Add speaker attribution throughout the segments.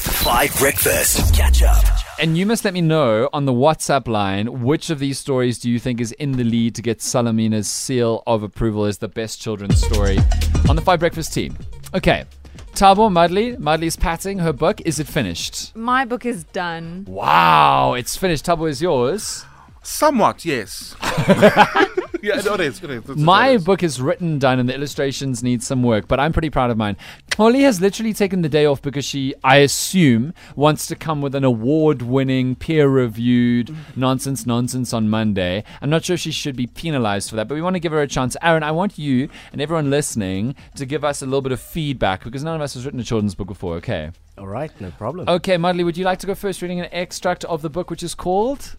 Speaker 1: Five Breakfast. Catch up.
Speaker 2: And you must let me know on the WhatsApp line which of these stories do you think is in the lead to get Salamina's seal of approval as the best children's story on the Five Breakfast team. Okay. Tabo Mudley, Mudley's patting her book. Is it finished?
Speaker 3: My book is done.
Speaker 2: Wow, it's finished. Tabo is yours.
Speaker 4: Somewhat, yes. yeah, no, it is. It is. It's-
Speaker 2: My
Speaker 4: it is.
Speaker 2: book is written, done, and the illustrations need some work, but I'm pretty proud of mine. Holly has literally taken the day off because she, I assume, wants to come with an award winning, peer reviewed nonsense, nonsense on Monday. I'm not sure she should be penalized for that, but we want to give her a chance. Aaron, I want you and everyone listening to give us a little bit of feedback because none of us has written a children's book before, okay?
Speaker 5: All right, no problem.
Speaker 2: Okay, Mudley, would you like to go first reading an extract of the book, which is called?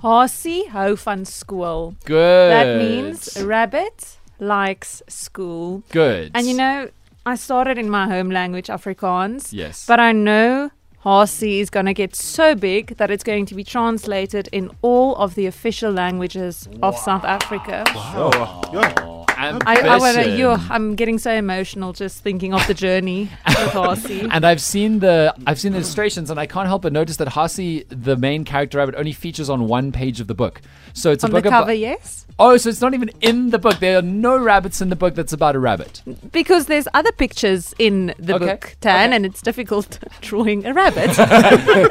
Speaker 3: Horsey ho fun school.
Speaker 2: Good.
Speaker 3: That means a rabbit likes school.
Speaker 2: Good.
Speaker 3: And you know, I started in my home language, Afrikaans.
Speaker 2: Yes.
Speaker 3: But I know Horsey is going to get so big that it's going to be translated in all of the official languages of South Africa.
Speaker 4: Oh, yeah.
Speaker 3: I, I wanna,
Speaker 2: Ambition.
Speaker 3: you I'm getting so emotional just thinking of the journey with Horsey.
Speaker 2: And I've seen the I've seen the illustrations, and I can't help but notice that Hasi, the main character rabbit, only features on one page of the book. So it's
Speaker 3: On
Speaker 2: a
Speaker 3: the
Speaker 2: book
Speaker 3: cover,
Speaker 2: about
Speaker 3: yes?
Speaker 2: oh, so it's not even in the book. There are no rabbits in the book that's about a rabbit.
Speaker 3: Because there's other pictures in the
Speaker 2: Okay.
Speaker 3: book, Tan, and it's difficult drawing a rabbit.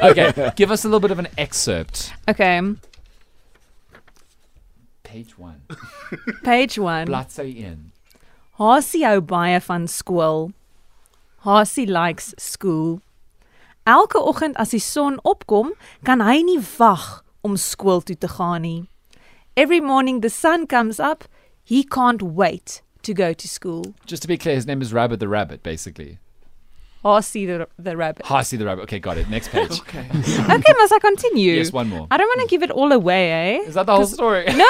Speaker 2: okay, give us a little bit of an excerpt.
Speaker 3: okay,
Speaker 2: Page one,
Speaker 3: page one.
Speaker 2: Blatso in.
Speaker 3: Harsey O'Baie van skool. Harsey likes school. Elke oggend as die son opkom, kan hy nie wag om skool toe te gaan nie. Every morning the sun comes up, he can't wait to go to school.
Speaker 2: Just to be clear, his name is Rabbit the Rabbit, basically.
Speaker 3: Harsey the, the rabbit.
Speaker 2: Hasi the Rabbit. Okay, got it. Next page. okay.
Speaker 3: Okay, must I continue?
Speaker 2: Yes, one more.
Speaker 3: I don't want to give it all away, eh?
Speaker 2: Is that the whole story?
Speaker 3: No!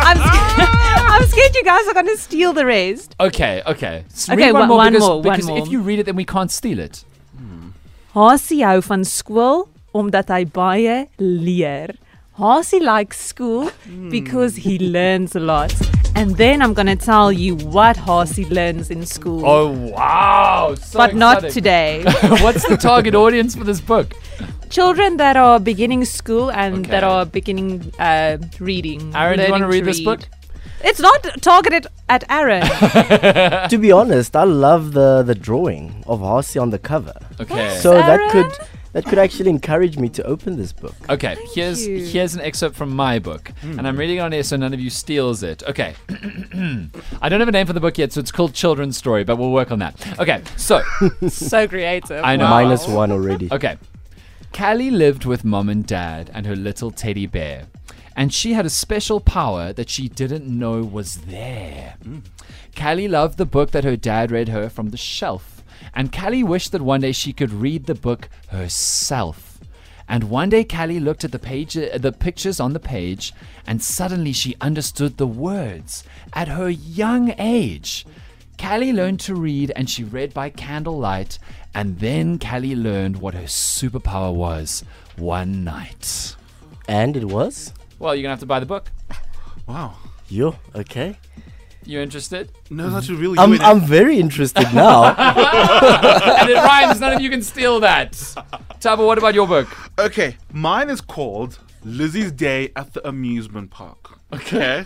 Speaker 3: I'm, scared, I'm scared you guys are going to steal the rest.
Speaker 2: Okay, okay. S-
Speaker 3: Okay,
Speaker 2: read one,
Speaker 3: one-
Speaker 2: more
Speaker 3: one
Speaker 2: because,
Speaker 3: more, one
Speaker 2: because
Speaker 3: more.
Speaker 2: if you read it, then we can't steal it.
Speaker 3: Hasie hou van skool omdat hy baie leer. Hasie likes school because he learns a lot. And then I'm going to tell you what Hasie learns in school.
Speaker 2: Oh wow! So
Speaker 3: but not
Speaker 2: exciting.
Speaker 3: today.
Speaker 2: What's the target audience for this book?
Speaker 3: Children that are beginning school and that
Speaker 2: Okay.
Speaker 3: are beginning uh, reading.
Speaker 2: Aaron, do you
Speaker 3: want
Speaker 2: wanna
Speaker 3: to
Speaker 2: read this book?
Speaker 3: It's not targeted at Aaron.
Speaker 5: to be honest, I love the the drawing of Harsi on the cover.
Speaker 2: Okay.
Speaker 5: So that
Speaker 3: Sarah?
Speaker 5: could that could actually encourage me to open this book.
Speaker 2: Okay, here's
Speaker 3: you.
Speaker 2: here's an excerpt from my book,
Speaker 5: Hmm.
Speaker 2: and I'm reading it on air so none of you steals it. Okay, I don't have a name for the book yet, so it's called Children's Story, but we'll work on that. Okay, so
Speaker 3: so creative.
Speaker 2: I know.
Speaker 5: Minus one already.
Speaker 2: Okay. Callie lived with mom and dad and her little teddy bear. And she had a special power that she didn't know was there. Callie loved the book that her dad read her from the shelf. And Callie wished that one day she could read the book herself. And one day Callie looked at the page uh, the pictures on the page and suddenly she understood the words at her young age. Callie learned to read and she read by candlelight, and then Callie learned what her superpower was one night.
Speaker 5: And it was?
Speaker 2: Well, you're gonna have to buy the book.
Speaker 4: Wow.
Speaker 5: Yo, okay.
Speaker 2: You interested?
Speaker 4: No, that's really
Speaker 5: I'm,
Speaker 4: good.
Speaker 5: I'm very interested now.
Speaker 2: And it rhymes, none of you can steal that. Tabo, what about your book?
Speaker 4: Okay, mine is called Lizzie's Day at the Amusement Park. Okay.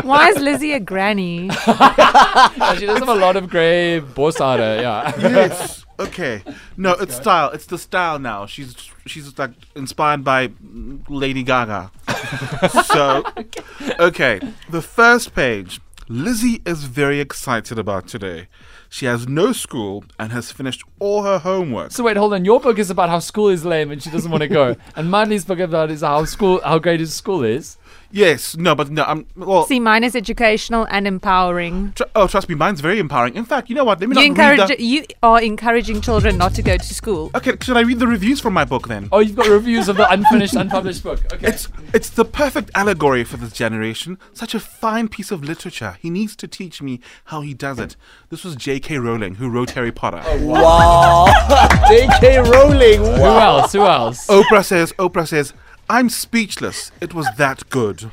Speaker 3: Why is Lizzie a granny?
Speaker 2: She does have a lot of grey borsada, yeah.
Speaker 4: yes. Okay. No, it's style. It's the style now. She's she's like inspired by Lady Gaga. so, okay. The first page. Lizzie is very excited about today. She has no school and has finished all her homework.
Speaker 2: So wait, hold on. Your book is about how school is lame and she doesn't want to go. And Madly's book about is how school how great his school is.
Speaker 4: yes. No, but no. I'm well.
Speaker 3: See, mine is educational and empowering.
Speaker 4: tr- oh, trust me, mine's very empowering. In fact, you know what? Let me
Speaker 3: You
Speaker 4: not read
Speaker 3: encourage
Speaker 4: the-
Speaker 3: you are encouraging children not to go to school.
Speaker 4: Okay, should I read the reviews from my book then?
Speaker 2: Oh, you've got reviews of the unfinished, unpublished book. Okay.
Speaker 4: It's it's the perfect allegory for this generation. Such a fine piece of literature. He needs to teach me how he does it. This was J.K. Rowling who wrote Harry Potter.
Speaker 5: wow. JK Rowling.
Speaker 2: Who else? Who
Speaker 4: Oh.
Speaker 2: else?
Speaker 4: Oprah says, Oprah says, I'm speechless. It was that good.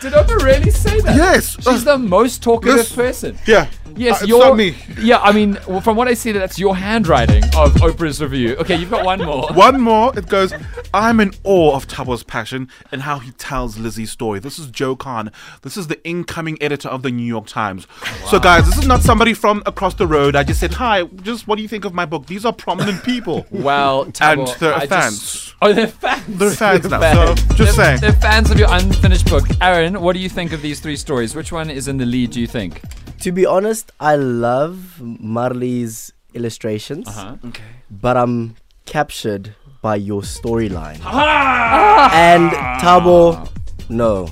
Speaker 2: Did Oprah really say that?
Speaker 4: Yes.
Speaker 2: She's the most talkative
Speaker 4: Yes.
Speaker 2: person.
Speaker 4: Yeah. Uh,
Speaker 2: Yes,
Speaker 4: it's
Speaker 2: your
Speaker 4: not me.
Speaker 2: yeah. I mean, well, from what I see, that's your handwriting of Oprah's review. Okay, you've got one more.
Speaker 4: One more. It goes, I'm in awe of Tabo's passion and how he tells Lizzie's story. This is Joe Kahn. This is the incoming editor of the New York Times. So, guys, this is not somebody from across the road. I just said, Hi, just what do you think of my book? These are prominent people.
Speaker 2: Well,
Speaker 4: And
Speaker 2: Tabo,
Speaker 4: they're
Speaker 2: I just-
Speaker 4: fans.
Speaker 2: oh, they're fans.
Speaker 4: They're fans now, so just
Speaker 2: they're,
Speaker 4: saying.
Speaker 2: They're fans of your unfinished book. Aaron, what do you think of these three stories? Which one is in the lead? Do you think?
Speaker 5: To be honest, I love Marley's illustrations,
Speaker 2: Uh-huh.
Speaker 4: Okay.
Speaker 5: but I'm captured by your storyline. and Tabo, no,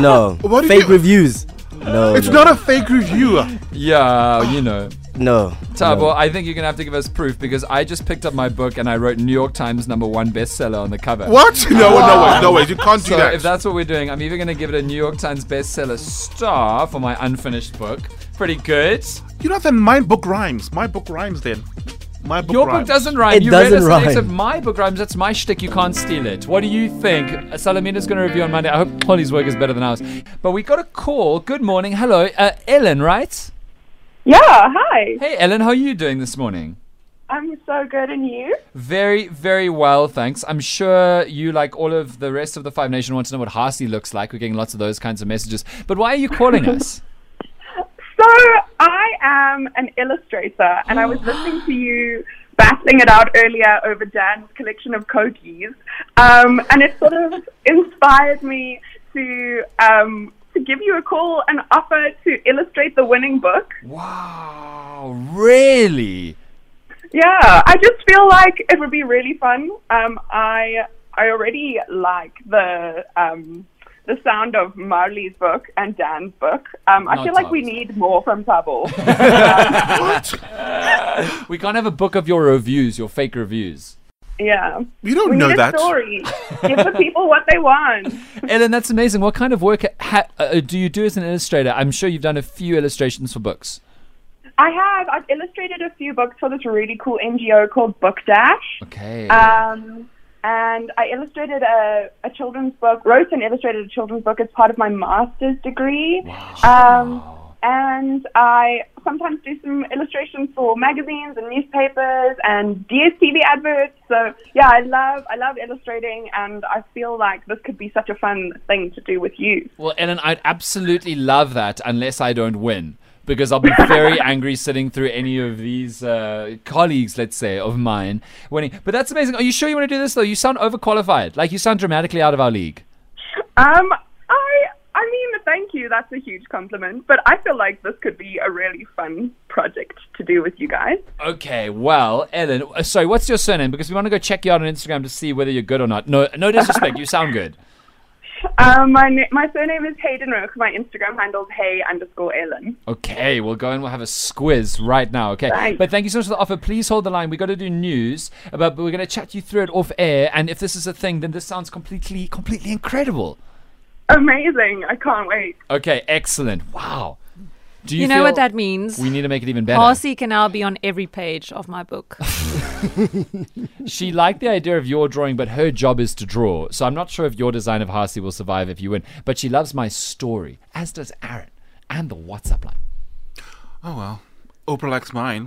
Speaker 5: no.
Speaker 4: What did
Speaker 5: Fake
Speaker 4: you-
Speaker 5: reviews, no.
Speaker 4: It's
Speaker 5: no,
Speaker 4: not a fake review.
Speaker 2: Yeah, you know.
Speaker 5: no.
Speaker 2: Tabo,
Speaker 5: no.
Speaker 2: I think you're gonna have to give us proof because I just picked up my book and I wrote New York Times number one bestseller on the cover.
Speaker 4: What? No, no way. No way. You can't do
Speaker 2: So
Speaker 4: that.
Speaker 2: if that's what we're doing, I'm either gonna give it a New York Times bestseller star for my unfinished book. Pretty good.
Speaker 4: you know, then my book rhymes. My book rhymes then. My book
Speaker 2: Your book
Speaker 4: rhymes.
Speaker 2: doesn't rhyme.
Speaker 5: It
Speaker 2: you read
Speaker 5: doesn't
Speaker 2: us the text
Speaker 5: rhyme.
Speaker 2: of my book rhymes. That's my shtick. You can't steal it. What do you think? Uh, Salamina's going to review on Monday. I hope Holly's work is better than ours. But we got a call. Good morning. Hello, uh, Ellen. Right?
Speaker 6: Yeah, hi.
Speaker 2: Hey, Ellen. How are you doing this morning?
Speaker 6: I'm so good, and you?
Speaker 2: Very, very well, thanks. I'm sure you, like all of the rest of the Five Nation, want to know what Hasi looks like. We're getting lots of those kinds of messages. But why are you calling us?
Speaker 6: So, I am an illustrator, and I was listening to you battling it out earlier over Dan's collection of cookies, um, and it sort of inspired me to um, to give you a call and offer to illustrate the winning book.
Speaker 2: Wow, really?
Speaker 6: Yeah, I just feel like it would be really fun. Um, I I already like the um, the sound of Marley's book and Dan's book. Um, I
Speaker 2: Not
Speaker 6: feel like we
Speaker 2: Tub's.
Speaker 6: need more from Tabo.
Speaker 2: We can't have a book of your reviews, your fake reviews.
Speaker 6: yeah,
Speaker 4: You don't
Speaker 6: we
Speaker 4: know
Speaker 6: need a
Speaker 4: that.
Speaker 6: story. Give the people what they want.
Speaker 2: Ellen, that's amazing. What kind of work ha- uh, do you do as an illustrator? I'm sure you've done a few illustrations for books.
Speaker 6: I have I've illustrated a few books for this really cool NGO called Book Dash.
Speaker 2: Okay.
Speaker 6: Um, and I illustrated a, a children's book, wrote and illustrated a children's book as part of my master's degree. Um, and I sometimes do some illustrations for magazines and newspapers and DSTV adverts. So yeah, I love I love illustrating, and I feel like this could be such a fun thing to do with you.
Speaker 2: well, Ellen, I'd absolutely love that unless I don't win. Because I'll be very angry sitting through any of these uh, colleagues, let's say, of mine winning. But that's amazing. Are you sure you want to do this, though? You sound overqualified. Like, you sound dramatically out of our league.
Speaker 6: Um, I I mean, thank you. That's a huge compliment. But I feel like this could be a really fun project to do with you guys.
Speaker 2: Okay, well, Ellen, uh, sorry, what's your surname? Because we want to go check you out on Instagram to see whether you're good or not. No, no disrespect. you sound good.
Speaker 6: Um, my na- my surname is Hayden Rook. My Instagram handle is Hay underscore Ellen.
Speaker 2: Okay, we'll go and we'll have a squiz right now. Okay,
Speaker 6: Right.
Speaker 2: but thank you so much for the offer. Please hold the line. We got to do news, about, but we're going to chat you through it off air. And if this is a thing, then this sounds completely, completely incredible.
Speaker 6: Amazing! I can't wait.
Speaker 2: Okay, excellent. Wow. Do you,
Speaker 3: You, know what
Speaker 2: feel
Speaker 3: that means?
Speaker 2: We need to make it even better.
Speaker 3: Parsi can now be on every page of my book.
Speaker 2: She liked the idea of your drawing, but her job is to draw. So I'm not sure if your design of Hasi will survive if you win. But she loves my story, as does Aaron and the WhatsApp line.
Speaker 4: Oh, well. Oprah likes mine.